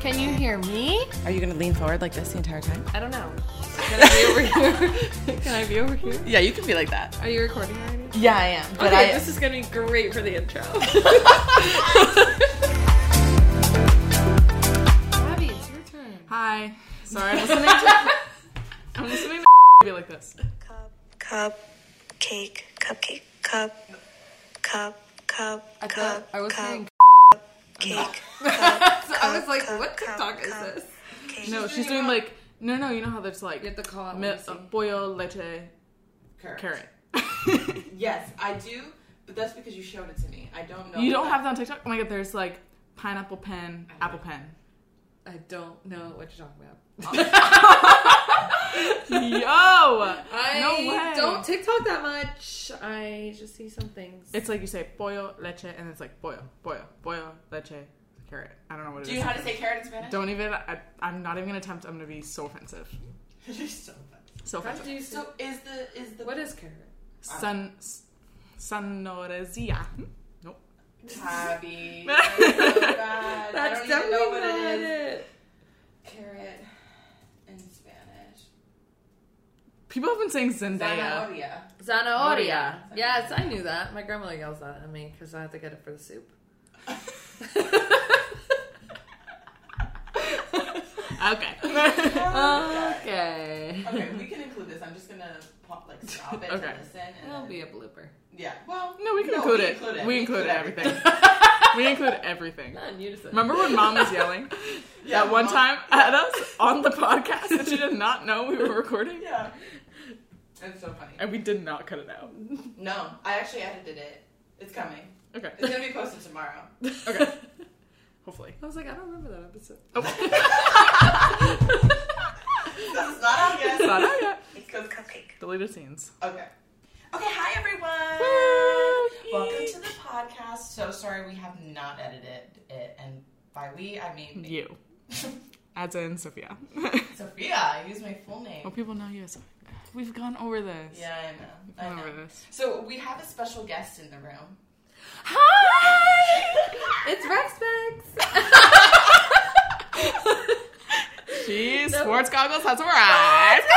Can you hear me? Are you gonna lean forward like this the entire time? I don't know. Can I be over here? Can I be over here? Yeah, you can be like that. Are you recording already? Yeah, I am. But okay, I this is gonna be great for the intro. Abby, it's your turn. Hi. Sorry, I'm listening to I'm listening to be like this. cup, cup, cake, cupcake, cup, cup, cup, I cup, thought I was cup, saying cake, so I was like, what cup, TikTok is cup. this? cake. No, she's doing like no no, you know how there's like You have to call out mi- what you see. uh, boil leche carrot. Yes, I do. But that's because you showed it to me. I don't know. you don't have that on TikTok? Oh my god, there's like pineapple pen, apple pen. I don't know what you're talking about. Yo! I no way. don't TikTok that much. I just see some things. it's like you say boil leche and it's like boil, boil, boil leche carrot. I don't know what it Do is. you know how to say carrot in Spanish? don't even. I, I'm not even gonna attempt. I'm gonna be so offensive. You're so funny. So How offensive. do you see? So is the is the What is carrot? Sun, sonorezia. Tabby? I'm so bad. I don't even know what it is. it. Carrot in Spanish. People have been saying Zendaya. Zanahoria. Zanahoria. Yes, I knew that. My grandmother yells that at me because I have to get it for the soup. Okay. okay. Okay, we can include this. I'm just gonna pop, like stop it Okay. and listen. And It'll then, be a blooper. yeah. Well, no, we can include, it. We include everything. we include everything. Not in unison. Remember when mom was yelling Yeah, that one mom- time at us on the podcast and she did not know we were recording? Yeah. It's so funny. And we did not cut it out. No, I actually edited it. It's coming. Okay. It's gonna be posted tomorrow. Okay. Hopefully. Oh, I was like, I don't remember that episode. It's not out yet. It's not out yet. It's 'cause- Cupcake. Deleted scenes. Okay. Okay, hi everyone. Welcome to the podcast. So sorry we have not edited it, and by we I mean me. You. As in Sophia. Sophia. I use my full well, name. people know you as We've gone over this. Yeah, I know. We've I gone over know. this. So we have a special guest in the room. Hi! It's Rex Bex. She No. sports goggles has arrived.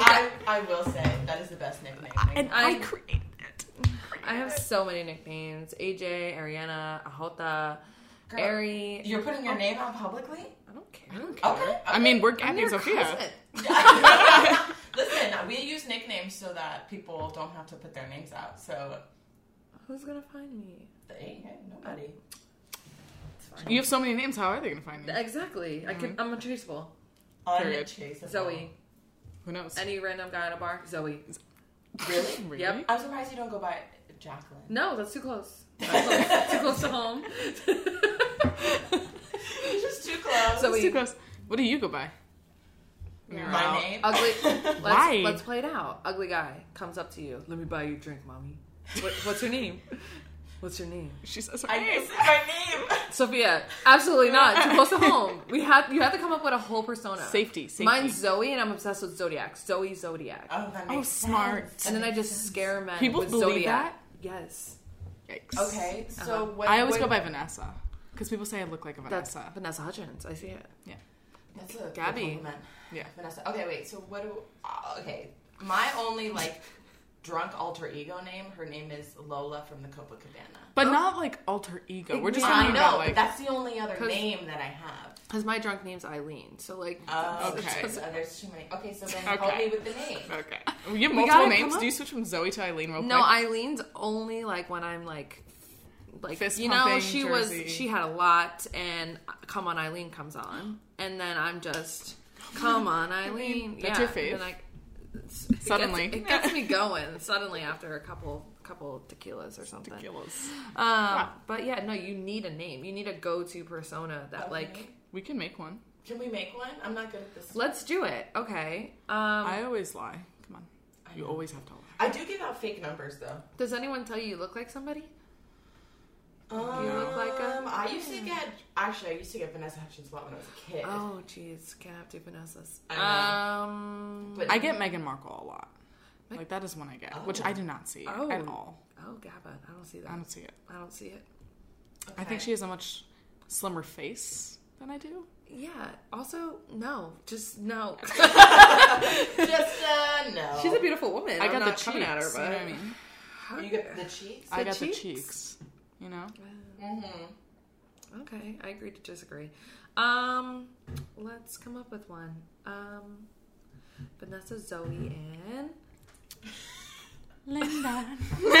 I, I will say that is the best nickname. And I I created it. I have so many nicknames: AJ, Ariana, Ahota, Ari. You're putting your name out publicly? I don't care. I don't care. Okay. okay. I mean, we're I'm getting your Sophia. cousin. Listen, we use nicknames so that people don't have to put their names out. So, Who's gonna find me? hey, hey, nobody. It's fine. You have so many names. How are they going to find you? Exactly. I can. I'm untraceable. Period. Unchaseable. Zoe. Who knows? Any random guy in a bar. Zoe. Really? really? Yep. I'm surprised you don't go by Jacqueline. No, that's too close. Too close, too close to home. Just too close. So That's we- too close. What do you go by? No. My Wow. name. Ugly. Let's, Why? let's play it out. Ugly guy comes up to you. Let me buy you a drink, mommy. What, what's your name? What's your name? She says her I name. didn't say my name. Sophia. Absolutely not. Too close to home. We have you have to come up with a whole persona. Safety, safety. Mine's Zoe, and I'm obsessed with Zodiac. Zoe Zodiac. Oh, that Oh, makes smart. sense. and then I just scare men People with believe Zodiac. Yes, Yikes. Okay, so Uh-huh. what? I always what, go by Vanessa. Because people say I look like a that's Vanessa. Vanessa Hudgens. I see it. That's a good Gabby. compliment. Yeah. Vanessa. Okay, wait. So what do? Uh, okay, my only like drunk alter ego name. Her name is Lola from the Copacabana. But not like alter ego. We're just Yeah. talking Oh. I know, about like. but that's the only other 'Cause- name that I have. Because my drunk name's Eileen. So like, Oh, it's- okay. okay. it's- So there's too many. Okay, so then help Okay. me with the name. Okay. You have We multiple gotta come names. up- Do you switch from Zoe to Eileen real no, quick? Eileen's only like when I'm like, like Fist you know, pumping she Jersey. was she had a lot, and uh, come on, Eileen comes on, and then I'm just come on, Eileen. That's yeah. your fave? and then I- it's- it gets- Suddenly. it gets, me going. Suddenly, after a couple couple tequilas or something. Ridiculous. Um, But yeah, no, you need a name. You need a go to persona that Okay. like. We can make one. Can we make one? I'm not good at this. Let's do it. Okay. Um, I always lie. Come on. You always have to lie. I do give out fake numbers though. does anyone tell you you look like somebody? Um, look like a- I used to get. Actually, I used to get Vanessa Hutchins a lot when I was a kid. Oh, jeez, can't have two Vanessas. I know. Um, But I get Meghan Markle a lot. Me- Like that is one I get, which I do not see Oh. at all. oh, Gabba, I don't see that. I don't see it. I don't see it. I think she has a much slimmer face than I do. Yeah. Also, no. Just no. Just uh, no. She's a beautiful woman. Oh. I I'm got the not cheeks. coming at her, you but know what I mean? How- You get the cheeks. I The got cheeks? the cheeks. You know. Mm-hmm. Okay, I agree to disagree. Um, let's come up with one. Um, Vanessa, Zoe, and Linda.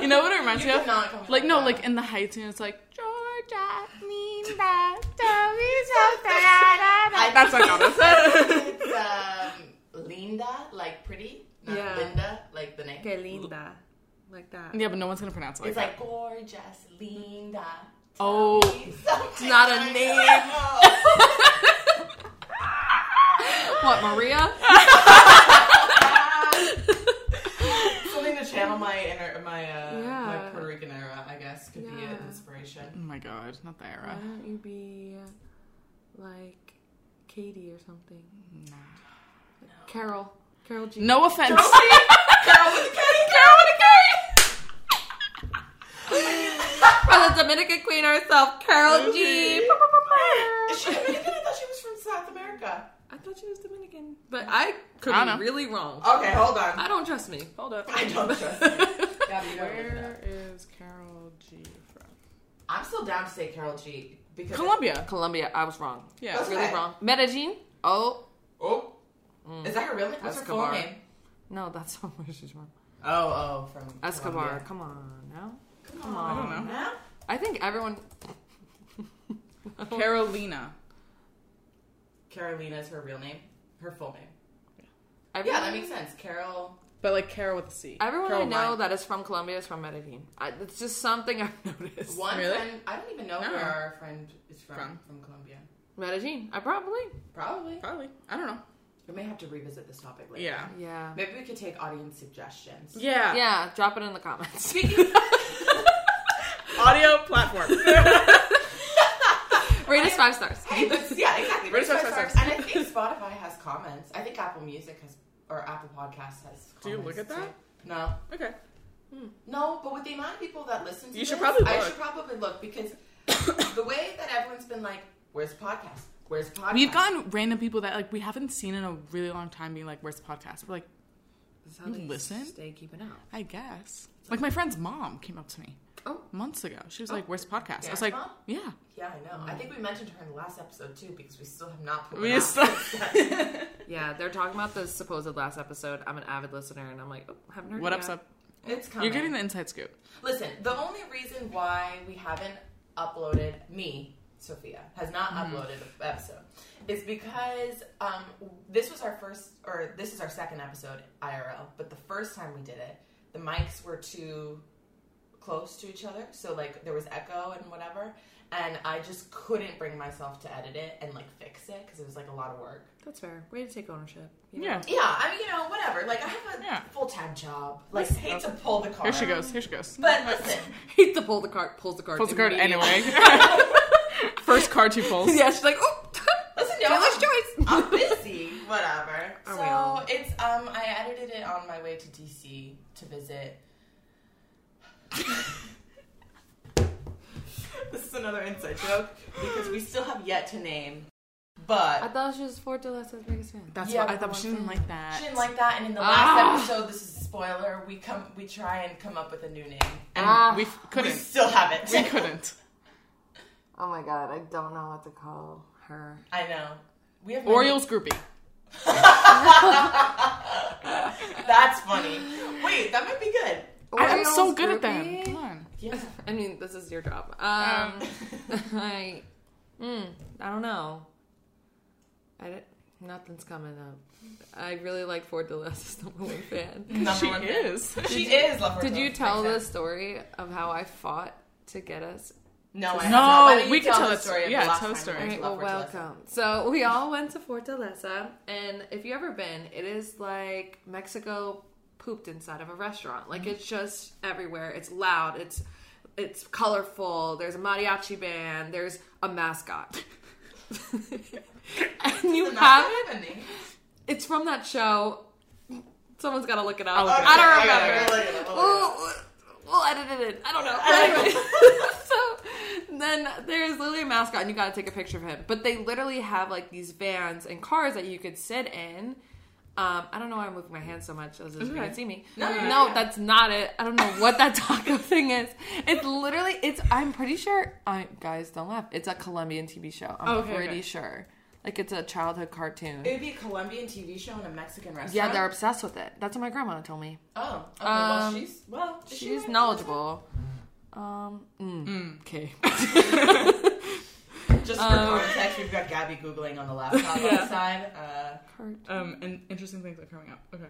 You know what it reminds me of? cannot come up like with no, that. like in the heights, and it's like Georgia, Linda, tell me something. da, da, da." That's what I got. it. it's um, Linda, like pretty. Not Yeah. Linda, like the name. okay, Linda, like that. yeah, but no one's gonna pronounce it like It's that. like gorgeous Linda. Oh. it's not a name. What Maria? Something to channel my inner, my uh, my Yeah. Puerto Rican era, I guess, could be an Yeah. inspiration. Oh my god, not the Why era. don't you be like Katie or something? Carol, Carol G. No offense. Girl with a kitty, girl with a for the Dominican Queen herself, Carol G. kitty. Is she Dominican? I thought she was from South America. I thought she was Dominican, but I could I don't know. be really wrong. Okay, hold on. I don't trust me. Hold up. I don't trust Gabby, you don't look it up. Where is Carol G from? I'm still down to say Carol G because Colombia. Colombia, I was wrong. Yeah. Okay. Really wrong. Medellin. Oh Oh, is that her real name? What's her full Escobar. name? no, that's not where she's from. Oh, oh, from Escobar, Colombia. come on now. Come I on, don't know. now. I think everyone. Carolina. Carolina is her real name. Her full name. everyone Yeah, that makes sense. Carol. But like Carol with a C. Everyone I know Caroline. that is from Colombia is from Medellin. I, it's just something I've noticed. One Really? friend. I don't even know No. where our friend is from. From, From? Colombia. Medellin, I probably. Probably. Probably. I don't know. We may have to revisit this topic later. Yeah. Yeah. Maybe we could take audience suggestions. Yeah. Yeah, drop it in the comments. Audio platform. Rate us five stars. Hey, but- yeah, exactly. Raise Raise our our stars. stars. And I think Spotify has comments. I think Apple Music has, or Apple Podcasts has. Comments Do you look at that? too. No. okay. No, but with the amount of people that listen to You should this, probably I look. should probably look because the way that everyone's been like, "Where's the podcast? Where's the podcast?" We've gotten random people that like we haven't seen in a really long time being like, "Where's the podcast?" We're like, That's how You they listen? Stay keeping up. "I guess." Like my friend's mom came up to me Oh. months ago. She was Oh. like, "Where's the podcast?" I Karen's was like, mom? "Yeah." Yeah, I know. I think we mentioned her in the last episode too because we still have not put. Oh, We one out. still- Yeah, they're talking about the supposed last episode. I'm an avid listener, and I'm like, oh, haven't heard. What it up's yet. up? it's coming. You're getting the inside scoop. Listen, the only reason why we haven't uploaded me, Sophia, has not Mm-hmm. uploaded an episode is because um, this was our first, or this is our second episode IRL, but the first time we did it, the mics were too close to each other, so like there was echo and whatever, and I just couldn't bring myself to edit it and like fix it because it was like a lot of work. That's fair. Way to take ownership. you know? Yeah. Yeah, I mean, you know, whatever. Like, I have a Yeah. full time job. Like, hate to pull the Here card. she goes. Here she goes. But listen, Hate to pull the card. Pulls the card. Pulls the card immediately. anyway. First card she pulls. yeah, she's like, oh, Listen, y'all, dealer's choice. I'm busy. Whatever. Are we all? so it's um I edited it on my way to DC to visit. this is another inside joke because we still have yet to name. I But thought she was four to Las Vegas fan. That's Yeah, what I thought. but She didn't like that. she didn't like that, and in the Ah. last episode, this is a spoiler. We come, we try and come up with a new name, and Ah. We f- we couldn't. still haven't. We couldn't. Oh my god, I don't know what to call her. I know. We have many- Orioles groupie. That's funny. Wait, that might be good. I'm so good at them. them. Come on. Yeah. I mean, this is your job. Um, I, mm, I don't know. I don't- nothing's coming up. I really like Ford Deleuze's number one fan. Number she one fan. is. She is. Love Did you tell the this? story of how I fought to get us? No, I No, Why don't you we can tell the it. story. of Yeah, the last tell the time story. we went Alright, to well, Love Fortaleza. welcome. So we all went to Fortaleza, and if you ever been, it is like Mexico pooped inside of a restaurant. Mm-hmm. Like it's just everywhere. It's loud. It's it's colorful. There's a mariachi band. There's a mascot. and you Is that have happening? it's from that show. Someone's got to look it up. look it I up. don't Okay, remember. okay, look it up, look it up. Well, we'll edit it in. I don't know. Anyway, so then there's literally a mascot, and you got to take a picture of him. But they literally have like these vans and cars that you could sit in. Um, I don't know why I'm moving my hand so much. Those if you can see me. No, yeah, no, yeah. that's not it. I don't know what that taco thing is. It's literally. It's. I'm pretty sure. I guys don't laugh. It's a Colombian TV show. I'm Okay, pretty okay. sure. Like it's a childhood cartoon. It would be a Colombian TV show in a Mexican restaurant. yeah, they're obsessed with it. That's what my grandma told me. Oh, okay. well, Um, she's well, is she She's right? knowledgeable. Um. Mm, Okay. Just for context, we've got Gabby googling on the laptop on the Yeah. side. Uh, Um, and interesting things are coming up. Okay.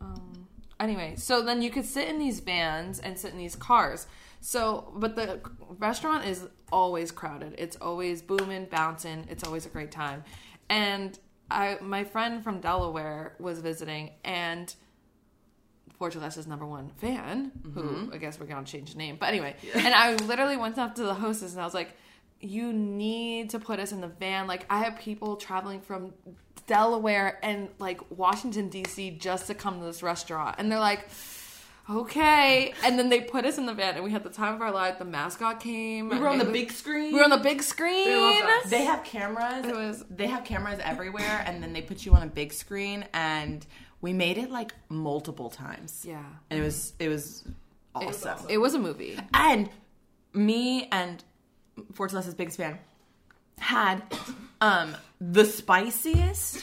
um, anyway, so then you could sit in these vans and sit in these cars. So, but the restaurant is always crowded. It's always booming, bouncing. It's always a great time. And I, my friend from Delaware was visiting, and Fortaleza's number one fan, who I guess we're gonna change the name, but anyway. And I literally went up to the hostess and I was like, "You need to put us in the van. Like, I have people traveling from Delaware and like Washington D.C. just to come to this restaurant," and they're like. Okay, and then they put us in the van, and we had the time of our life. The mascot came. We were on the It was- big screen. We were on the big screen. us. they have cameras. It was- they have cameras everywhere, and then they put you on a big screen. And we made it like multiple times. Yeah. and it was it was awesome. It was a movie. And me and Fortunesa's biggest fan had um the spiciest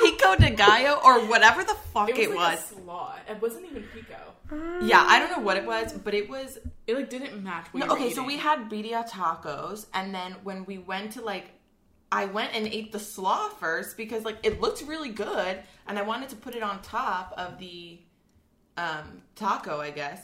pico de gallo or whatever the fuck it was. like, a slaw. It wasn't even pico. Yeah, I don't know what it was, but it was It like didn't match. What No, you were okay, so eating. we had birria tacos, and then when we went to like, I went and ate the slaw first because like it looked really good, and I wanted to put it on top of the um, taco, I guess.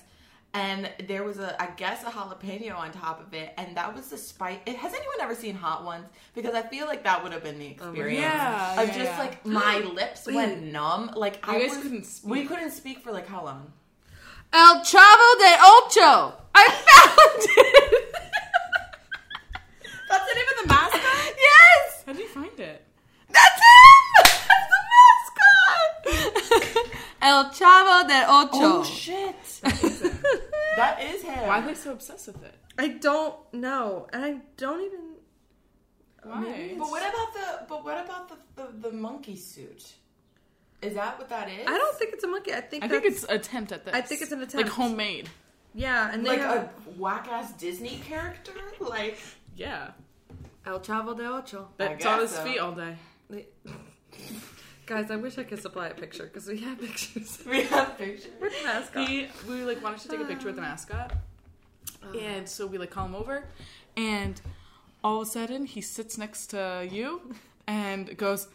And there was a, I guess, a jalapeno on top of it, and that was the spice. Has anyone ever seen hot ones? Because I feel like that would have been the experience Yeah, of yeah, just yeah. like my lips went numb. Like I guys was- couldn't speak. We couldn't speak for like how long? El Chavo de Ocho. I found it. That's the name of the mascot. yes, How did you find it? that's him. That's the mascot. El Chavo de Ocho. Oh shit! that is him. Why are they so obsessed with it? I don't know, and I don't even. Why? But what about the but what about the, the, the monkey suit? Is that what that is? I don't think it's a monkey. I think I that's, think it's attempt at this. I think it's an Like attempt. homemade. yeah, and they like have, a whack ass Disney character. Like Yeah. El Chavo de Ocho. That's guess on his so. feet all day. guys. I wish I could supply a picture because we have pictures. we have pictures. We're the mascot. He, we like wanted to take a picture with the mascot, Uh. and so we like call him over, and all of a sudden he sits next to you and goes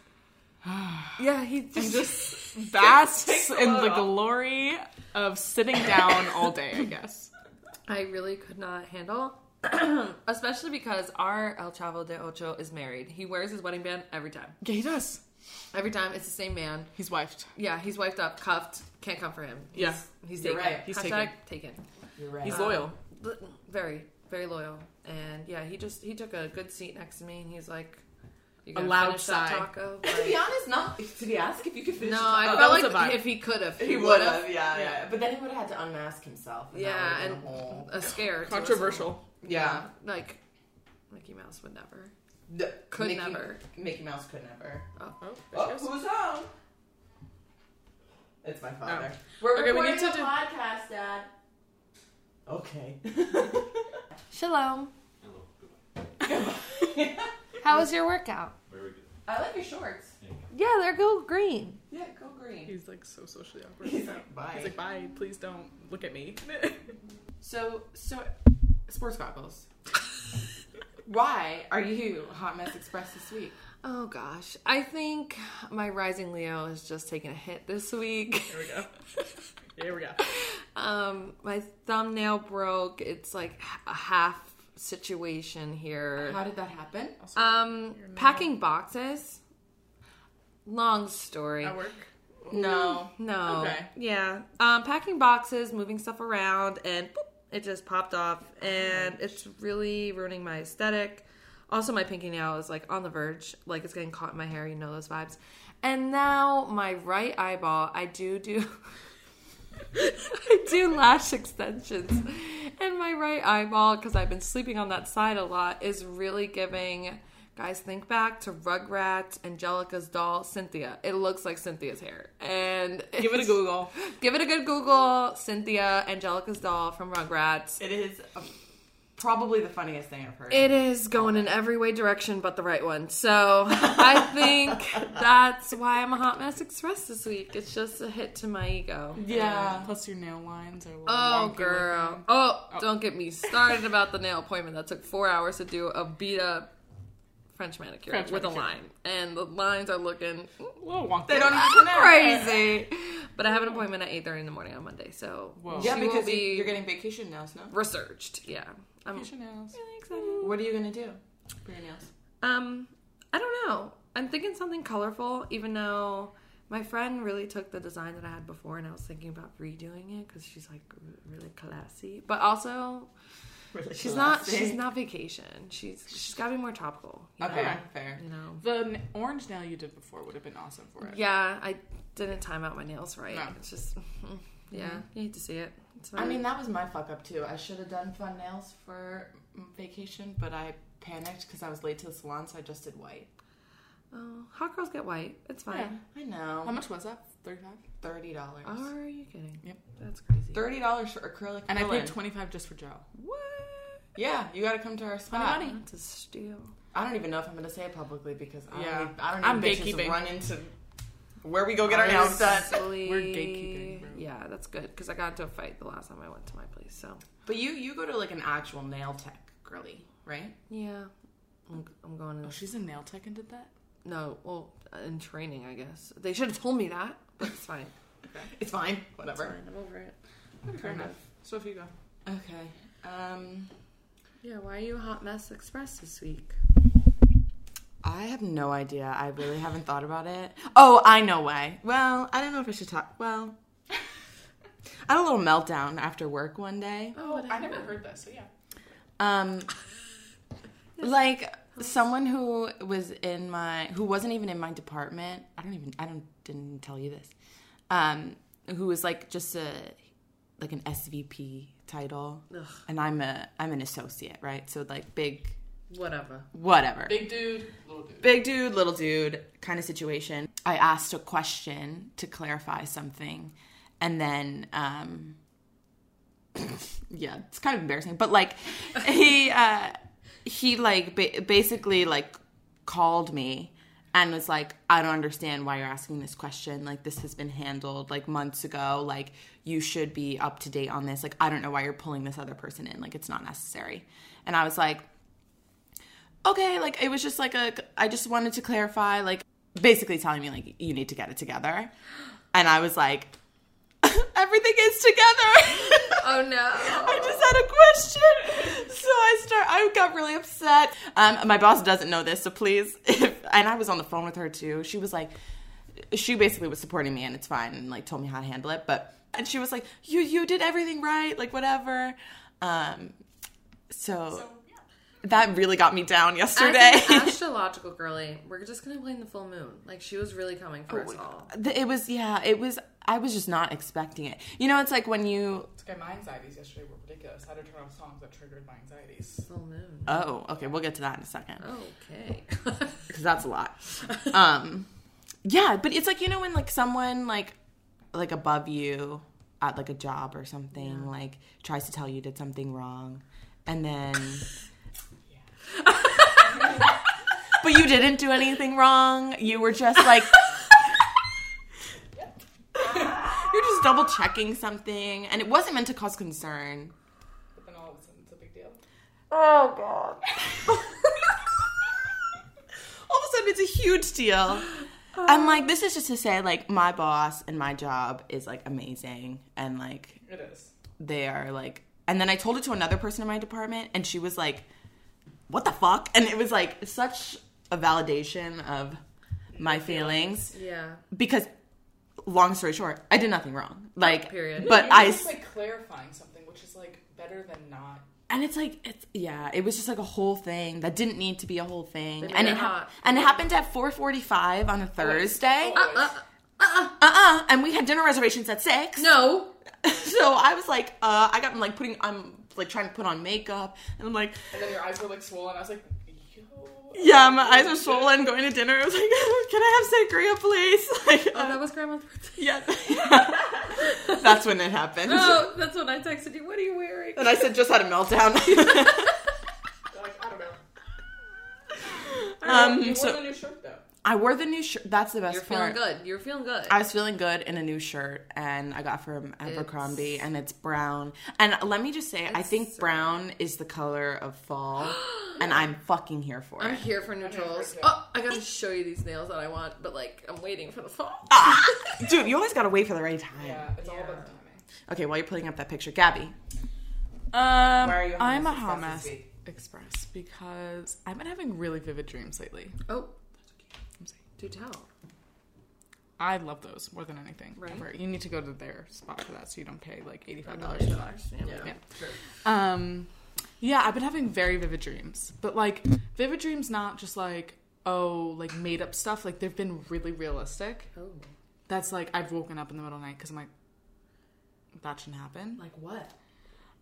Yeah, he just. just basks in the glory of sitting down all day. I guess. I really could not handle, especially because our El Chavo de Ocho is married. He wears his wedding band every time. Yeah, he does. Every time, it's the same man. He's wifed. Yeah, he's wiped up, cuffed. Can't come for him. He's, Yeah. he's You're taken. right. He's Hashtag taken. You're right. He's loyal. L- Very, very loyal. And yeah, he just he took a good seat next to me, and he's like, "You gonna loud finish that sigh. taco?" to be honest, not to be asked if you could finish. no, the I Oh, that was felt a like vibe. if he could have, taco. he would have. Yeah, yeah, But then he would have had to unmask himself. And Yeah, that would've and been a whole- a scare. to us all. Controversial. yeah, Like Mickey Mouse would never. The- Could Mickey, never. Mickey Mouse could never. Oh, there Oh, she goes. who's on? It's my father. Okay, we need to do- podcast, Dad. Okay. Shalom. Hello. Goodbye. How was your workout? Very good. I like your shorts. Yeah, they're go green. Yeah, go green. He's like so socially awkward. He's like, bye. He's like, bye. Please don't look at me. so, so, sports goggles. Why are you Hot Mess Express this week? Oh gosh, I think my rising Leo has just taken a hit this week. Here we go. Here we go. Um, my thumbnail broke. It's like h- a half situation here. Uh-huh. How did that happen? Um, packing boxes. Long story. At work. No. No. Okay. Yeah. Um, packing boxes, moving stuff around, and boop, it just popped off, Oh and it's really ruining my aesthetic. Also, my pinky nail is like on the verge, like it's getting caught in my hair. You know those vibes. And now my right eyeball, I do do. I do lash extensions. And my right eyeball, because I've been sleeping on that side a lot, is really giving. Guys, think back to Rugrats, Angelica's doll, Cynthia. It looks like Cynthia's hair. And Give it a Google. Give it a good Google. Cynthia, Angelica's doll from Rugrats. It is um, probably the funniest thing I've heard. It is going in every way direction but the right one. So I think that's why I'm a hot mess express this week. It's just a hit to my ego. yeah. Um, Plus your nail lines are. a little Oh wonky girl. looking. Oh, don't get me started about the nail appointment that took four hours to do a beat up French manicure French with a manicure. line. And the lines are looking A little wonky. They don't even connect. crazy. But I have an appointment at eight thirty in the morning on Monday, so Whoa. Yeah, she will because you- be you're getting vacation now, Snow. researched. Yeah. I'm Finish your nails. really excited. What are you gonna do for your nails? Um, I don't know. I'm thinking something colorful, even though my friend really took the design that I had before, and I was thinking about redoing it because she's like r- really classy. But also, she's not. She's not vacation. She's she's got to be more topical. You Okay, Know? fair. You know. The n- orange nail you did before would have been awesome for it. Yeah, I didn't time out my nails right. No. It's just. Yeah, you hate to see it. It's Mm-hmm. I fine. mean, that was my fuck up too. I should have done fun nails for mm, vacation, but I panicked because I was late to the salon, so I just did white. oh, hot girls get white. It's fine. Yeah. I How know, much was that? Thirty-five. thirty dollars. Are you kidding? Yep. That's crazy. Thirty dollars for acrylic. And I paid fill-in. twenty-five just for gel. What? Yeah, you got to come to our spot. That's a steal. I don't even know if I'm gonna say it publicly because I Yeah. don't. Need, I don't I'm need bitches gatekeeping. to run into where we go get our nails done. Honestly, We're gatekeeping, bro. Yeah, that's good because I got into a fight the last time I went to my place. So But you you go to like an actual nail tech girly, right? yeah, I'm, I'm going Oh, to she's a nail tech and did that. no. Well, in training, I guess they should have told me that, but it's fine. It's fine. Whatever. I'm over it. Fair enough. So if you go, Okay. Um, Yeah, why are you a hot mess express this week? I have no idea. I really haven't thought about it. Oh, I know why. Well, I don't know if I should talk. Well, I had a little meltdown after work one day. Oh, I never heard that. So yeah. Um, like someone who was in my who wasn't even in my department. I don't even I don't didn't tell you this. Um, who was like just a like an SVP title, and I'm a I'm an associate, right? So like big whatever. whatever Big dude, little dude. big dude, little dude kind of situation. I asked a question to clarify something, and then um, yeah, it's kind of embarrassing, but like he uh, he like ba- basically like called me and was like, I don't understand why you're asking this question. Like this has been handled like months ago. Like you should be up to date on this. Like I don't know why you're pulling this other person in. Like it's not necessary. And I was like, okay, like it was just like a I just wanted to clarify, like basically telling me like you need to get it together. And I was like, everything is together. Oh no. I just had a question. So I start I got really upset. Um my boss doesn't know this, so please if, and I was on the phone with her too. She was like she basically was supporting me and it's fine and like told me how to handle it, but and she was like, You you did everything right, like whatever. Um so that really got me down yesterday. As an astrological girly, we're just gonna blame the full moon. Like she was really coming for us all. The- It was, yeah, it was. I was just not expecting it. You know, it's like when you. Okay, my anxieties yesterday were ridiculous. I had to turn off songs that triggered my anxieties. Full moon. Oh, okay, we'll get to that in a second Okay. because that's a lot. Um, yeah, but it's like you know when like someone like like above you at like a job or something like tries to tell you did something wrong, and then. but you didn't do anything wrong. You were just like. You're just double checking something, and it wasn't meant to cause concern. But then all of a sudden, it's a big deal. Oh god. All of a sudden it's a huge deal. I'm like, this is just to say, like, my boss and my job is like amazing and like It is. they are like and then I told it to another person in my department and she was like, What the fuck? And it was like such a validation of my feelings. yeah. Because long story short, I did nothing wrong. Like Period. But You're I just like clarifying something, which is like better than not. and it's like it's yeah it was just like a whole thing that didn't need to be a whole thing made and it it ha- hot. and it happened at 4:45 on a Thursday Always. uh-uh and we had dinner reservations at 6 No. so I was like, uh, I got like putting, I'm like trying to put on makeup, and I'm like, And then your eyes were like swollen. I was like, yo. yeah, my eyes are swollen. Going to dinner, I was like, can I have sangria, please? Like, Oh, uh, Uh-huh. that was grandma's birthday. yeah, that's when it happened. No, that's when I texted you. What are you wearing? And I said, just had a meltdown. Like, I don't know. um, You wore so the new shirt though. I wore the new shirt. That's the best You're feeling part. good. You're feeling good. I was feeling good in a new shirt, and I got from Abercrombie, and it's brown. And let me just say, I think brown is the color of fall, and I'm fucking here for I'm it. here for neutrals. Oh, I gotta show you these nails that I want, but like I'm waiting for the fall. Ah! Dude, you always gotta wait for the right time. Yeah, it's all about the timing. Okay, while you're putting up that picture, Gabby. Um, Why are you a I'm a Hamas Hamas Express this Express because I've been having really vivid dreams lately. Oh, I'm sorry. do tell. I love those more than anything. Right. Ever. You need to go to their spot for that so you don't pay like eighty five dollars for that. Yeah. Yeah. Um, yeah, I've been having very vivid dreams, but like vivid dreams, not just like oh, like made up stuff. Like they've been really realistic. Oh, That's like I've woken up in the middle of the night because I'm like, that shouldn't happen. like what?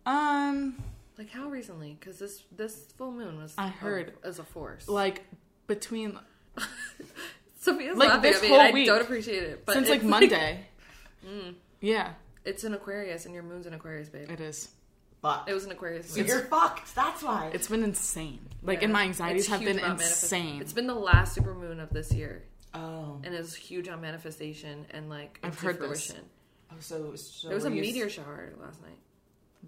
Um, Like how recently? Because this this full moon was I heard. as a force. like between Sophia's like, laughing this at me, whole and week. I don't appreciate it. But since like it's Mm. Monday. Yeah, it's an Aquarius, and your moon's an Aquarius, babe. it is. It was an Aquarius. week. moon. You're fucked. That's why. It's been insane. Like, and my anxieties It's have huge been about manifest- insane. It's been the last supermoon of this year, Oh, and it was huge on manifestation and like I've into heard this. fruition. Oh, so, so There was a were you- meteor shower last night,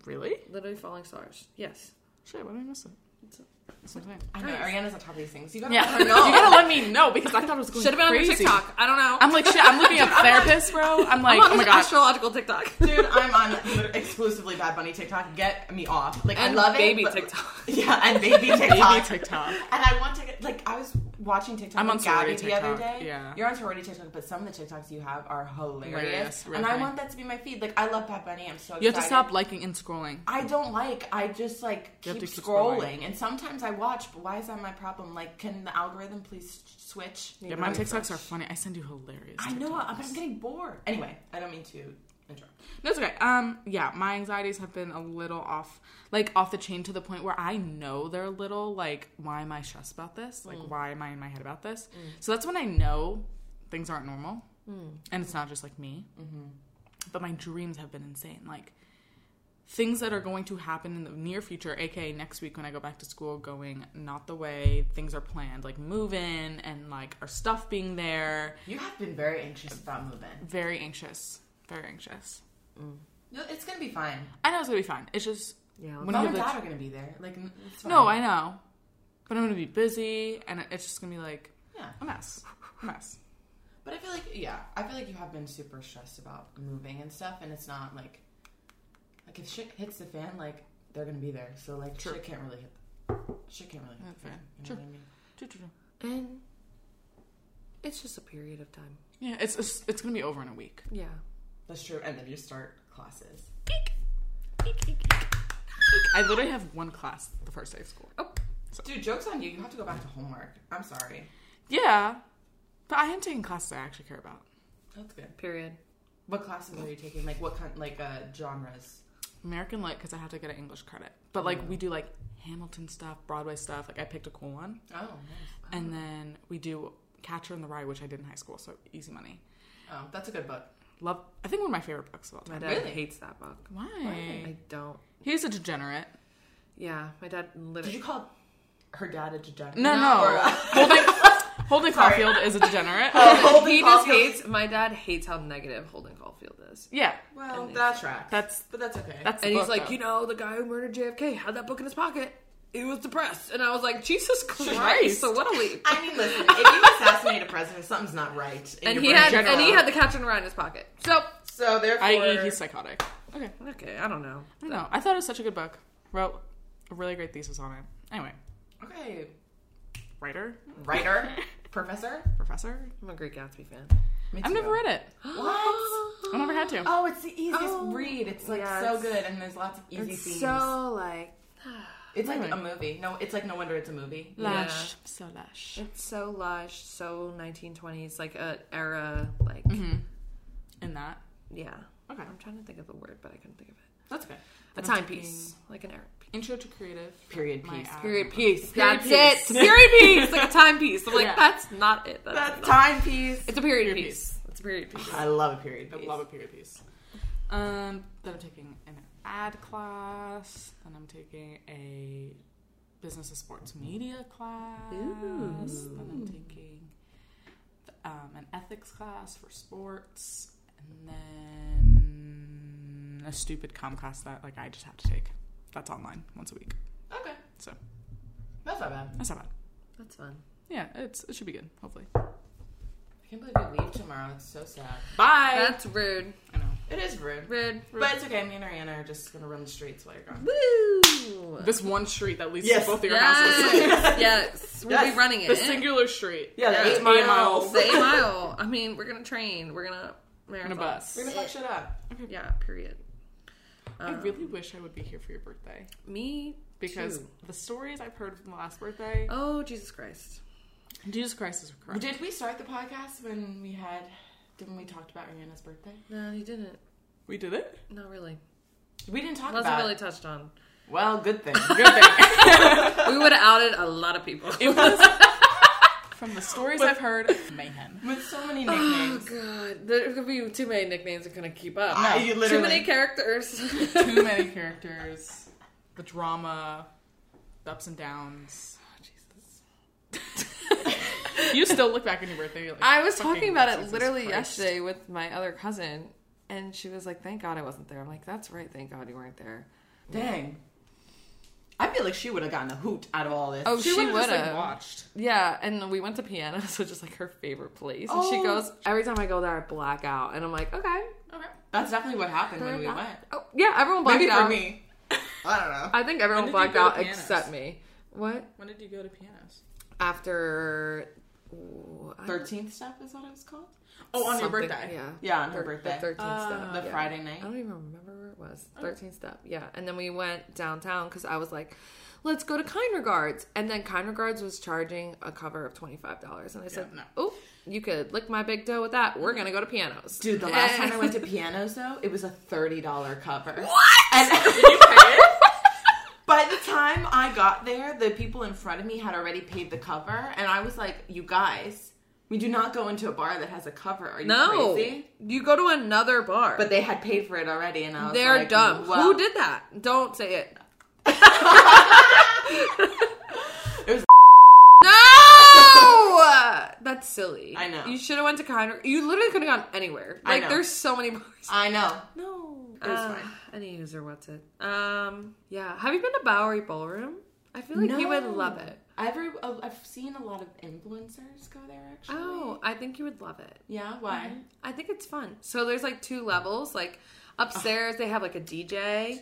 really? literally falling stars. Yes, Shit, why did I miss it? That's what I'm saying. I know Ariana's on top of these things. You gotta Yeah, let her know. you gotta let me know because I thought it was going should have been on crazy. your TikTok. I don't know. I'm like, shit, I'm looking up therapists, bro. I'm like, oh my god. astrological TikTok. dude, I'm on liter- exclusively Bad Bunny TikTok. Get me off. Like And I love baby it. but- TikTok. Yeah, and baby TikTok. Baby TikTok. And I want to get like I was watching TikTok. I'm with on sorority Gabby the other TikTok, day. yeah. you're on sorority TikTok, but some of the TikToks you have are hilarious. Hilarious, real and I thing. want that to be my feed. Like I love Bad Bunny. I'm so excited. You have to stop liking and scrolling. I don't like. I just like You keep, have to keep scrolling. scrolling. and sometimes I watch. But why is that my problem? Like, can the algorithm please s- switch? Yeah, my TikToks are funny. I send you hilarious. I know, TikToks. but I'm getting bored. Anyway, I don't mean to interrupt. No, it's okay. Um, yeah, my anxieties have been a little off, like off the chain to the point where I know they're a little. Like, why am I stressed about this? Like, why am I in my head about this? So that's when I know things aren't normal, and it's not just like me. But my dreams have been insane. Like things that are going to happen in the near future, aka next week when I go back to school, going not the way things are planned, like moving and like our stuff being there. You have been very anxious about moving. Very anxious. Very anxious. No, It's gonna be fine. I know it's gonna be fine. It's just Yeah, when Mom you and have dad the- are gonna be there. Like, n- it's fine. no, I know, but I'm gonna be busy, and it's just gonna be like Yeah. a mess, a mess. But I feel like, yeah, I feel like you have been super stressed about moving and stuff, and it's not like, like if shit hits the fan, like they're gonna be there. So like, shit can't really hit. The, shit can't really hit the Okay. fan. You know True. what I mean? True, true, true. and it's just a period of time. Yeah, it's it's, it's gonna be over in a week. Yeah, That's true. And then you start classes. I literally have one class the first day of school. Dude, jokes on you. You have to go back to homework. I'm sorry. Yeah, but I am taking classes I actually care about. That's good. period. What classes are you taking? Like what kind? Like uh, genres? American Lit because I have to get an English credit, but like we do like Hamilton stuff, Broadway stuff. Like I picked a cool one, Oh, nice. and then we do Catcher in the Rye, which I did in high school, so easy money. Oh, that's a good book. Love, I think one of my favorite books of all My time. dad Really? hates that book. Why? I don't. He's a degenerate. Yeah, my dad Did literally. you call her dad a degenerate? No, no. Holden, Holden Caulfield is a degenerate. he Oh. Holden just Caulfield. hates. My dad hates how negative Holden Caulfield is, yeah, Well, that tracks. That's- but that's okay. that's the and he's book, like, though. you know, the guy who murdered JFK had that book in his pocket. He was depressed, and I was like, Jesus Christ! Christ. So what a leap. I mean, listen, if you assassinate a president, something's not right. in and your he brain. had and he general. had the catch and rye in his pocket. So so therefore, i.e., he's psychotic. Okay, I okay, I don't know. don't know. I thought it was such a good book. Wrote a really great thesis on it. Anyway, okay, writer, writer, professor. professor. I'm a Great Gatsby fan. Me I've too. never read it. What? I never had to. Oh, it's the easiest Oh, read. It's like yeah, so it's- good, and there's lots of easy It's themes. so like it's like Really? a movie. No, it's like no wonder it's a movie. Lush, so lush. it's so lush, so 1920s, like a era, like In that, yeah. Okay. I'm trying to think of the word, but I couldn't think of it. That's okay. A timepiece, like an era piece. Intro to creative. Period My piece. ad. Period piece. Period That's piece. it. Period piece, like a timepiece. I'm like, Yeah. that's not it. That's, That's not it. timepiece. It's a period, Period piece. It's a period piece. I love a period I piece. love a period piece. Um, then I'm taking an ad class. Then I'm taking a business and sports media class. Then I'm taking um, an ethics class for sports, and then a stupid com class that like I just have to take. That's online once a week. Okay. So. That's not bad. That's not bad. That's fun. Yeah, it's it should be good. Hopefully. I can't believe we leave tomorrow. It's so sad. Bye. That's rude. I know. It is rude. Rude. But it's okay. Me and Ariana are just going to run the streets while you're gone. Woo! This one street that leads Yes. to both of your houses. Yes, yes. We'll Yes. be running it. The singular street. Yeah, the eight Yeah. mile. The eight mile. I mean, we're gonna train. We're gonna And marathon. a bus. We're going to fuck shit up. Yeah. Period. I really wish I would be here for your birthday Me because too. the stories I've heard from the last birthday, Oh Jesus Christ! Jesus Christ is correct. Did we start the podcast when we had. Didn't we talked about Ariana's birthday? No, you didn't. We did it. Not really. We didn't talk Wasn't about really it. touched on. Well, good thing. Good thing. We would have outed a lot of people. Oh, it was from the stories I've heard. Mayhem. With so many nicknames. God, there could be too many nicknames I couldn't keep up. No, you Too literally- many characters. Too many characters. The drama. The ups and downs. Oh, you still look back on your birthday. you're Like, I was fucking talking about it Jesus literally Christ. yesterday with my other cousin, and she was like, "Thank God I wasn't there." I'm like, "That's right. Thank God you weren't there." Dang. I feel like she would have gotten a hoot out of all this. Oh, she, She would would have like, have. watched. Yeah, and we went to piano, so just like her favorite place. And Oh. she goes, every time I go there, I black out. And I'm like, okay. That's definitely what happened when we black- went. Oh, yeah, everyone blacked Maybe out. for me. I don't know. I think everyone When did you blacked go to out Piano's? except me. What? When did you go to pianos? After. ooh, I- Thirteenth step is what it was called. Oh, on your something- birthday. Yeah. Yeah, on her Thir- birthday, The Uh, 13th step. the yeah. Friday Oh. night. I Oh, don't even remember where it was. 13th step. Yeah. And then we went downtown because I was like, let's go to Kind Regards. And then Kind Regards was charging a cover of $25. And I said, no. oh, you could lick my big toe with that. We're going to go to pianos. Dude, the last time I went to pianos though, it was a thirty dollar cover. By the time I got there, the people in front of me had already paid the cover, and I was like, "You guys, we do not go into a bar that has a cover. Are you No, crazy?" you go to another bar. But they had paid for it already, and I was they're like, dumb. well- Who did that? Don't say it. It was- no. That's silly. I know. You should have went to kind. You literally could have gone anywhere. I Like know. there's so many bars. I know. no, It was fine. Any user wants it. Um. Yeah. Have you been to Bowery Ballroom? I feel like you would No. love it. I've re- oh, I've seen a lot of influencers go there actually. Oh, Mm-hmm. I think you would love it. yeah. Why? I think it's fun. So there's like two levels. Like upstairs they have like a DJ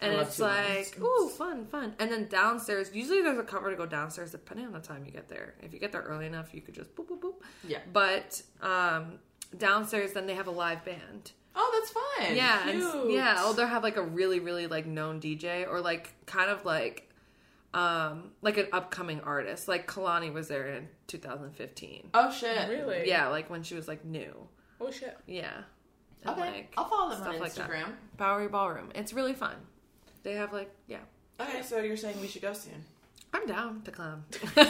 and love it's two like ooh fun, fun. And then downstairs, usually there's a cover to go downstairs depending on the time you get there. If you get there early enough, you could just boop boop boop. Yeah. But um downstairs then they have a live band. Oh, that's fun. Yeah. and s- yeah. Oh, they'll have like a really, really like known DJ or like kind of like um like an upcoming artist. Like Kalani was there in 2015. Oh shit. Really? Yeah, like when she was like new. Oh shit. Yeah. And, Okay. like, I'll follow them on stuff Instagram. like that. Bowery Ballroom. It's really fun. They have like yeah. Okay, so you're saying we should go soon. I'm down to clown.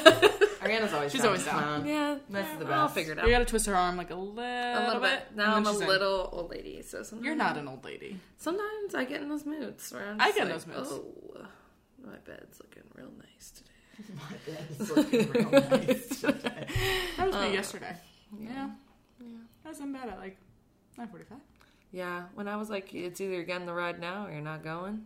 Ariana's always She's down always to down. clown. yeah, This is the I'll best. figure it out. You gotta twist her arm like a little, a little bit. Now and I'm then a she's in. little old lady, so sometimes You're not an old lady. Sometimes I get in those moods where I'm I just get in like, those moods. Oh, my bed's looking real nice today. It's looking real nice. That was me yesterday. Yeah. yeah. I was in bed at like 9.45. Yeah, when I was like, it's either you're getting the ride now or you're not going.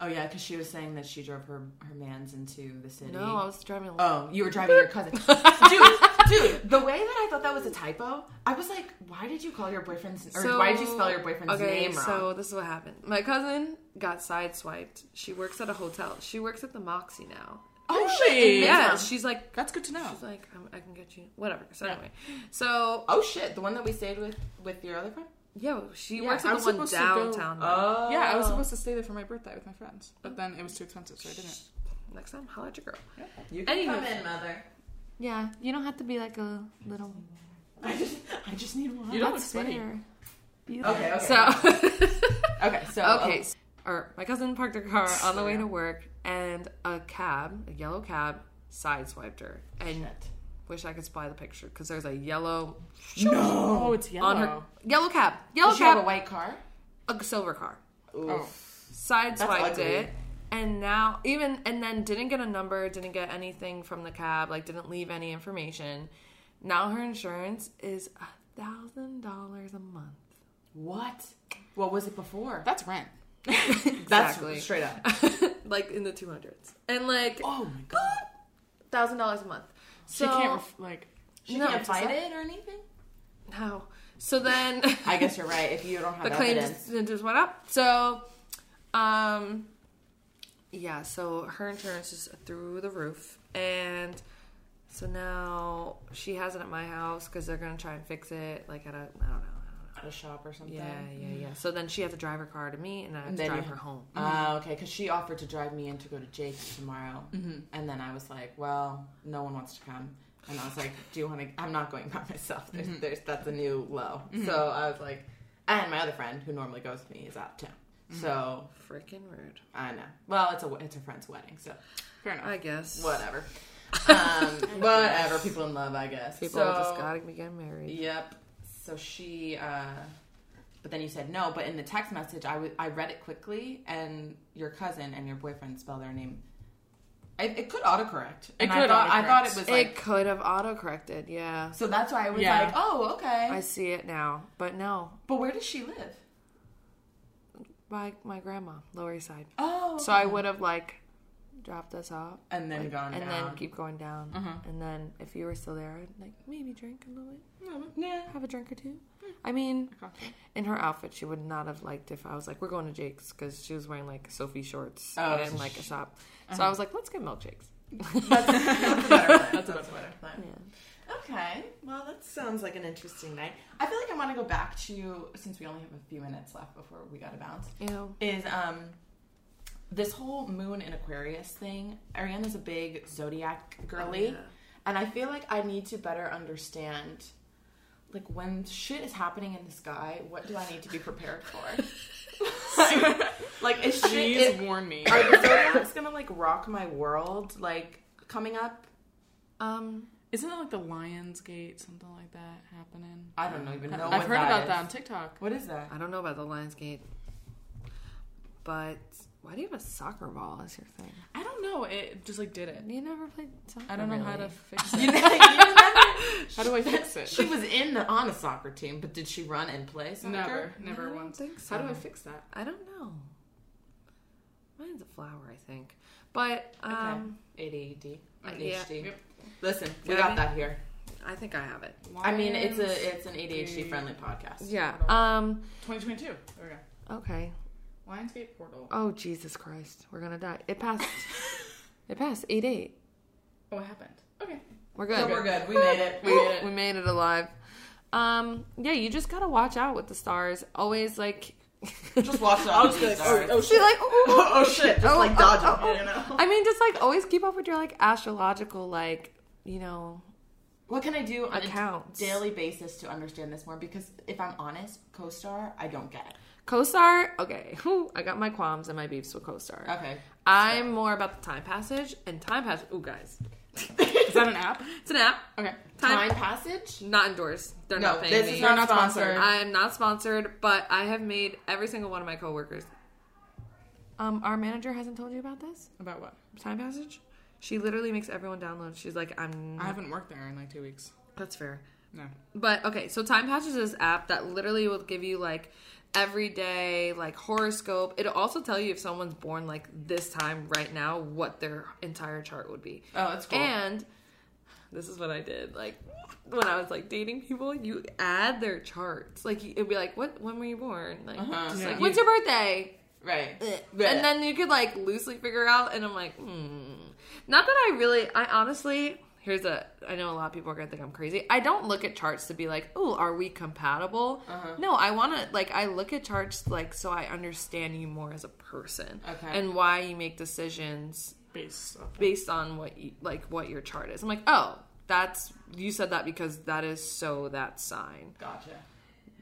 oh yeah, because she was saying that she drove her her man's into the city. No, I was driving. alone. Oh, you were driving your cousin. dude, dude, the way that I thought that was a typo, I was like, why did you call your boyfriend's or why did you spell your boyfriend's okay, name wrong? So this is what happened. My cousin got sideswiped. She works at a hotel. She works at the Moxie now. Oh, shit. Yeah, she's like That's good to know. She's like, i I can get you whatever. So anyway, so oh shit, the one that we stayed with with your other friend? yeah, she Yeah, works I at was the one supposed to go- downtown. Oh yeah, I was supposed to stay there for my birthday with my friends, but then it was too expensive, so I didn't. Next time, holla at your girl. you can Anywho. come in, mother. Yeah, you don't have to be like a little. I just I just need one. You don't look sweaty. Okay, okay. So okay, so okay, s- or my cousin parked her car on the way to work, and a cab, a yellow cab, sideswiped her. And wish I could spy the picture because there's a yellow Oh, it's yellow. on her yellow cab, yellow Did you have cab, a white car? a silver car. Oh. sideswiped ugly. it and now even and then didn't get a number didn't get anything from the cab like didn't leave any information now her insurance is a thousand dollars a month What? What was it before? That's rent. exactly straight up. like in the 200s and like ah, Oh my god. thousand dollars a month so she can't ref- like. She No, can't fight so- it or anything. no so then I guess you're right. If you don't have the claim evidence, just, it just went up so um yeah so her insurance is through the roof and So now she has it at my house because they're gonna try and fix it, like at a I don't know. I don't know. a shop or something. Yeah, yeah, yeah. So then she has to drive her car to me, and I have And to then drive you- her home. Ah, okay. Because she offered to drive me in to go to Jake's tomorrow, Mm-hmm. and then I was like, "Well, no one wants to come." And I was like, "Do you want to? I'm not going by myself. There's, Mm-hmm. there's that's a new low." So I was like, and my other friend who normally goes with me is out of town. Mm-hmm. So Freaking rude. I know. Well, it's a it's a friend's wedding, so Fair enough. I guess whatever. Um, whatever. People in love, I guess. people So- just gotta be getting married. Yep. So she, uh, but then you said no. But in the text message, I wa- I read it quickly, and your cousin and your boyfriend spell their name. I, it could autocorrect. and I could thought, I thought autocorrect. it was it like. could have autocorrected. Yeah, So that's why I was Yeah. like, oh, okay. I see it now, but no, but where does she live? by my grandma, Lower East Side. Oh. So I would have like dropped us off and then gone and down. then keep going down, Mm-hmm. and then if you were still there, I'd like maybe drink a little bit. yeah. have a drink or two. Hmm. I mean, in her outfit, she would not have liked if I was like, "We're going to Jake's" because she was wearing like Sophie shorts Oh, and sh- like a shop. Uh-huh. So I was like, "Let's get milkshakes." That's a better plan. That's a better plan. Okay. Well, that sounds like an interesting night. I feel like I want to go back to since we only have a few minutes left before we got to bounce. You know, is um this whole moon in Aquarius thing. Ariana's a big zodiac girly, and I feel like I need to better understand like when shit is happening in the sky, what do I need to be prepared for? like is shit Please is, warn me. are the zodiacs gonna like rock my world like coming up? um, Isn't it like the Lions Gate, something like that happening? I don't even know. I've what heard about is. that on TikTok. What is that? I don't know about the Lionsgate, but why do you have a soccer ball as your thing? I don't know. It just like did it. You never played soccer. Uh, I don't know how to really. fix it. how do I fix She it? was in the, on a soccer team, but did she run and play soccer? Never, never I don't once. think so. How do I fix that? I don't know. Mine's a flower, I think, but um, ADD. ADHD. yeah. Listen, we Yeah. got that here. I think I have it. I mean, it's a it's an ADHD friendly podcast. Yeah. Um. 2022. There we go. Okay. Lionsgate portal. Oh Jesus Christ, we're gonna die. It passed. it passed eight eight. Oh, it happened. Okay. We're good. So we're good. We made it. We made We it. made it alive. Um, yeah, you just gotta watch out with the stars. Always like. Just watch the I'll Oh, She like. ooh, ooh, ooh. oh shit! Just Oh, like oh, dodge oh, oh. it. You know. I mean, just like always keep up with your like astrological like you know. What can I do on Accounts. a daily basis to understand this more? Because if I'm honest, CoStar, I don't get it. CoStar, okay. whew, I got my qualms and my beefs with CoStar. Okay. I'm more about the time passage and time passage. Ooh, guys, Is that an app? it's an app. Okay. Time, Time passage? not endorsed. They're No, not paying this me. is not, not sponsored. sponsored. I am not sponsored, but I have made every single one of my coworkers. Um, our manager hasn't told you about this About what? time passage. She literally makes everyone download. She's like, I'm. I haven't worked there in like two weeks. That's fair. No. But okay, so Time Patch is this app that literally will give you like everyday like horoscope. It'll also tell you if someone's born like this time right now what their entire chart would be. Oh, that's cool. And this is what I did like when I was like dating people, you add their charts. Like you- it'd be like, "What when were you born?" Like Uh-huh. just Yeah. like, "When's your birthday?" right. And then you could like loosely figure out, and I'm like, hmm. Not that I really, I honestly, here's a, I know a lot of people are gonna think I'm crazy. I don't look at charts to be like, oh, are we compatible? Uh-huh. No, I wanna, like, I look at charts like so I understand you more as a person. Okay. And why you make decisions Based off. based on what you, like what your chart is. I'm like, oh, that's, you said that because that is so that sign. Gotcha.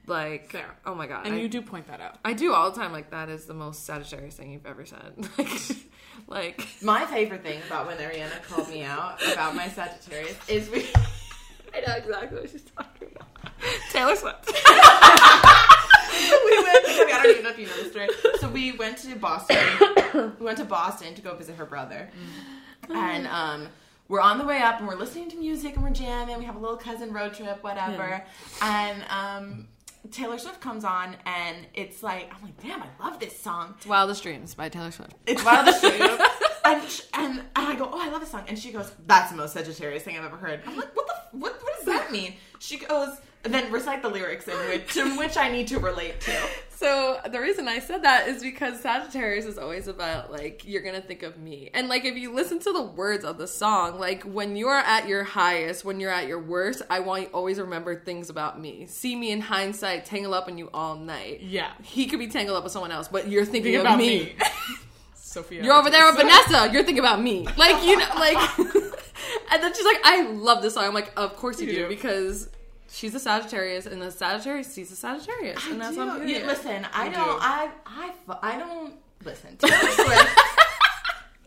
Like, Fair. oh my god, And I, you do point that out. I do all the time. Like that is the most Sagittarius thing you've ever said. Like, like My favorite thing about when Ariana called me out about my Sagittarius is we. I know exactly what she's talking about. Taylor Swift. we went. I don't even know if you know the story. So we went to Boston. we went to Boston to go visit her brother, and um, we're on the way up, and we're listening to music, and we're jamming. We have a little cousin road trip, whatever, and um. Taylor Swift comes on and it's like I'm like, damn, I love this song. Wildest Dreams by Taylor Swift. It's wild as shit. And, sh- and and I go, oh, I love this song. And she goes, that's the most Sagittarius thing I've ever heard. I'm like, what the f- what what does that mean? She goes, and then recite the lyrics in which in which I need to relate to. So the reason I said that is because Sagittarius is always about like you're gonna think of me, and like if you listen to the words of the song, like when you are at your highest, when you're at your worst, I want you always remember things about me. See me in hindsight, tangle up on you all night. Yeah. he could be tangled up with someone else, but you're thinking Think of about me. me. Sophia. You're over there with Vanessa. You're thinking about me. Like you know, like. and then she's like, "I love this song." I'm like, "Of course you, You do, do. because." She's a Sagittarius, and the Sagittarius sees a Sagittarius, and that's what I'm Dude, doing. you- listen, I You don't, do. I, I, fu- I don't listen. Taylor Swift,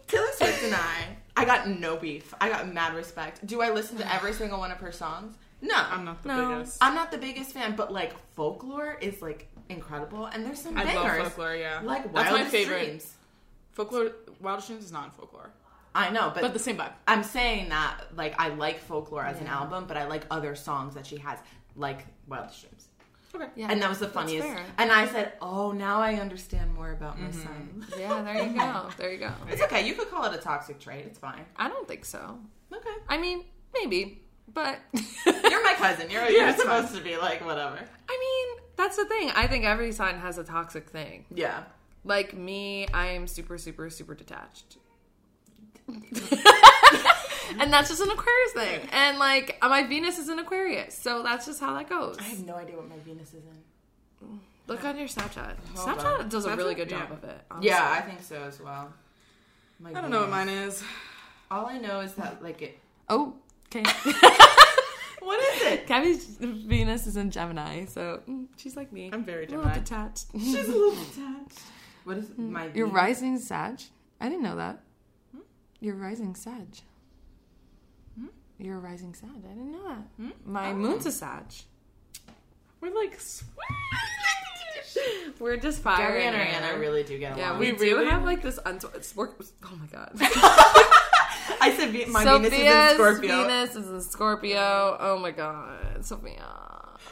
Taylor Swift and I, I got no beef. I got mad respect. Do I listen to every single one of her songs? No, I'm not the No. biggest. I'm not the biggest fan, but like folklore is like incredible, and there's some I bangers. love folklore, yeah. Like Wildest That's my favorite. Dreams. Folklore, Wild Streams is not in folklore. I know, But the same vibe. I'm saying that like I like folklore as an album, but I like other songs that she has, like Wild Streams. Okay. Yeah. And that was the funniest. fair. And I said, "Oh, now I understand more about my son." Yeah, there you go. There you go. Mm-hmm. It's okay. You could call it a toxic trait. It's fine. I don't think so. Okay. I mean, maybe, but You're my cousin. You're, you're supposed to be like whatever. I mean, that's the thing. I think every sign has a toxic thing. Yeah. Like me, I am super, super, super detached. and that's just an Aquarius thing. And like my Venus is an Aquarius, so that's just how that goes. I have no idea what my Venus is in. Look on your Snapchat. Hold Snapchat does a Snapchat? really good job Yeah. of it. honestly. Yeah, I think so as well. My I don't know what mine is. All I know is that like it. Oh, okay. What is it? Gabby's Venus is in Gemini, so mm, she's like me. I'm very a little Gemini. detached. She's a little detached. Mm. What is my? You're Venus? rising Sag. I didn't know that. Hmm? You're rising Sag. Hmm? You're rising Sag. I didn't know that. My moon's a Sag. We're like, sweet. We're just fire. Gary and Ariana really do get along. Yeah, we, We do really- have like this unsw- it's work- Oh my god. I said Ve- my Venus is Sophia's in Scorpio. Venus is in Scorpio. Oh my god, Sophia.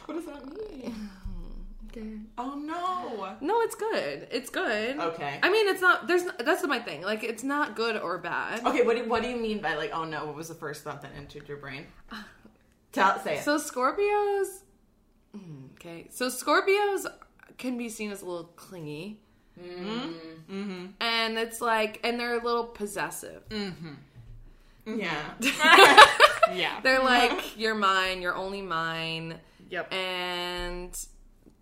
What does that mean? Oh no. No, it's good. It's good. Okay. I mean, it's not. There's. n- That's my thing. Like, it's not good or bad. Okay, what do, what do you mean by like? Oh no, what was the first thought that entered your brain? Tell say it. Uh, So Scorpios. Mm, Okay, so Scorpios can be seen as a little clingy. Mm-hmm. And it's like, and they're a little possessive. Mm. yeah. Yeah. They're like, you're mine, you're only mine. Yep. And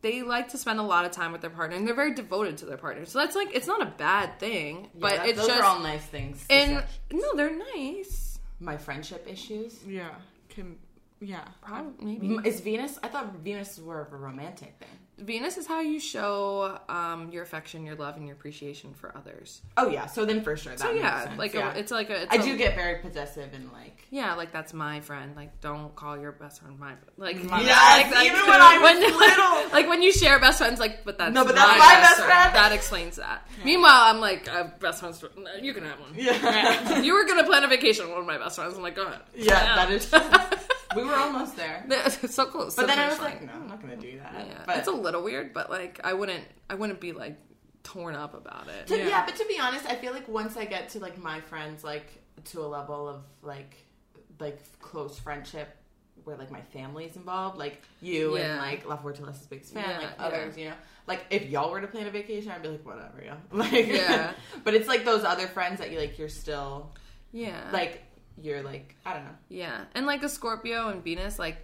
they like to spend a lot of time with their partner, and they're very devoted to their partner. So that's like, it's not a bad thing, but Yeah, that- it's those just. are all nice things. to and say. no, they're nice. my friendship issues. Yeah. Can, yeah. Probably, maybe. M- Is Venus? I thought Venus were a romantic thing. Venus is how you show um, your affection, your love, and your appreciation for others. Oh yeah, so then for sure that. So makes yeah, sense, like yeah. A, it's like a. It's I a- do get very possessive and like. Yeah, like that's my friend. Like, don't call your best friend my friend. Like, Yes, like, even when I was little. like when you share best friends, like, but that's No, but that's my best friend. That explains that. Meanwhile, I'm like, uh, best friends. no, You can have one. Yeah, you were gonna plan a vacation with one of my best friends. I'm like, go ahead. yeah, that is. We were almost there, so close. but so then I was finish like, line. no, I'm not gonna do that. yeah, but it's a little weird, but like, I wouldn't, I wouldn't be like torn up about it. To- yeah. Yeah. but to be honest, I feel like once I get to like my friends, like to a level of like like close friendship where like my family's involved, like you and Yeah. like La Fortaleza's biggest fan, Yeah, like yeah. others, you know. Like if y'all were to plan a vacation, I'd be like, whatever, yeah. Like, Yeah. but it's like those other friends that you like. You're still Yeah, like you're like I don't know. Yeah, and like a Scorpio and Venus, like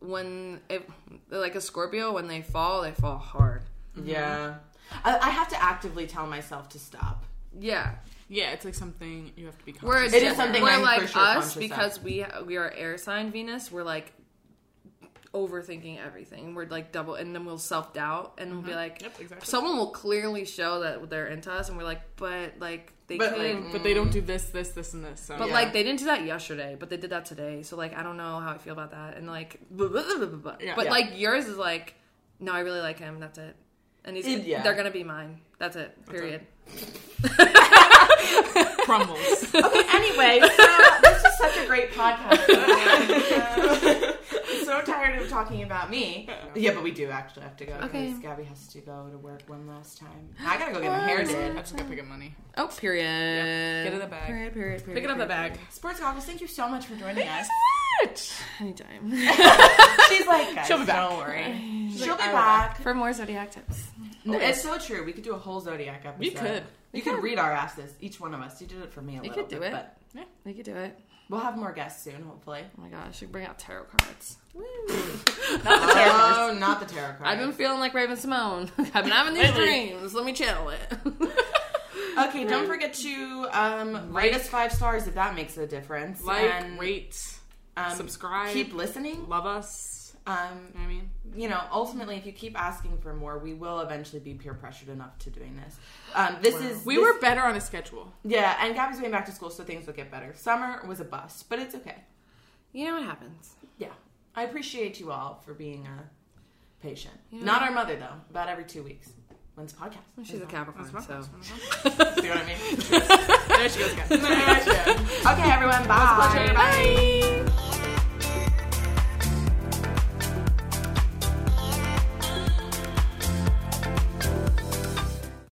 when it, like a Scorpio when they fall, they fall hard. Yeah, I, I have to actively tell myself to stop. Yeah, Yeah, it's like something you have to be conscious we're of. It is something we're I'm for like sure us conscious of. because we we are air sign Venus. We're like overthinking everything. We're like double, and then we'll self doubt and Mm-hmm. we'll be like, Yep, exactly. someone will clearly show that they're into us, and we're like, but like they But, can't. but they don't do this, this, this, and this. So. But like they didn't do that yesterday, but they did that today. So like I don't know how I feel about that. And like, blah, blah, blah, blah, blah. Yeah. but Yeah. like yours is like, no, I really like him. That's it. And he's It- yeah. they're gonna be mine. That's it. Period. crumbles. Anyway, this is such a great podcast. I'm so tired of talking about me. Yeah, but we do actually have to go. Okay. Okay. Gabby has to go to work one last time. I gotta go get my hair did. I just gotta pick up money. Oh, period. Get in the bag. Period. Period. Period. Picking up the bag. Sports goggles, thank you so much for joining us. Anytime. She's like, guys, She'll be back. Don't worry. She'll be "I will back. For more zodiac tips. It's so true. We could do a whole zodiac episode. We could. You could read our asses, each one of us. You did it for me a little could do bit, it. but We could do it. we'll have more guests soon, hopefully. Oh my gosh, we could bring out tarot cards. Oh, not the tarot card. I've been feeling like Raven Simone. I've been having these dreams. Let me channel it. Okay, don't forget to um, rate us five stars if that makes a difference. Like, And, rate, um, subscribe, Keep listening. love us. Um, I mean, you know, ultimately, if you keep asking for more, we will eventually be peer pressured enough to doing this. Um, this is we this- were better on a schedule. yeah, and Gabby's going back to school, so things will get better. Summer was a bust, but it's okay. you know what happens. Yeah, I appreciate you all for being uh, patient. Not our mother though. About every two weeks, when's podcast? She's a Capricorn, so. See what I mean? there she goes again. okay, everyone. Bye. Bye.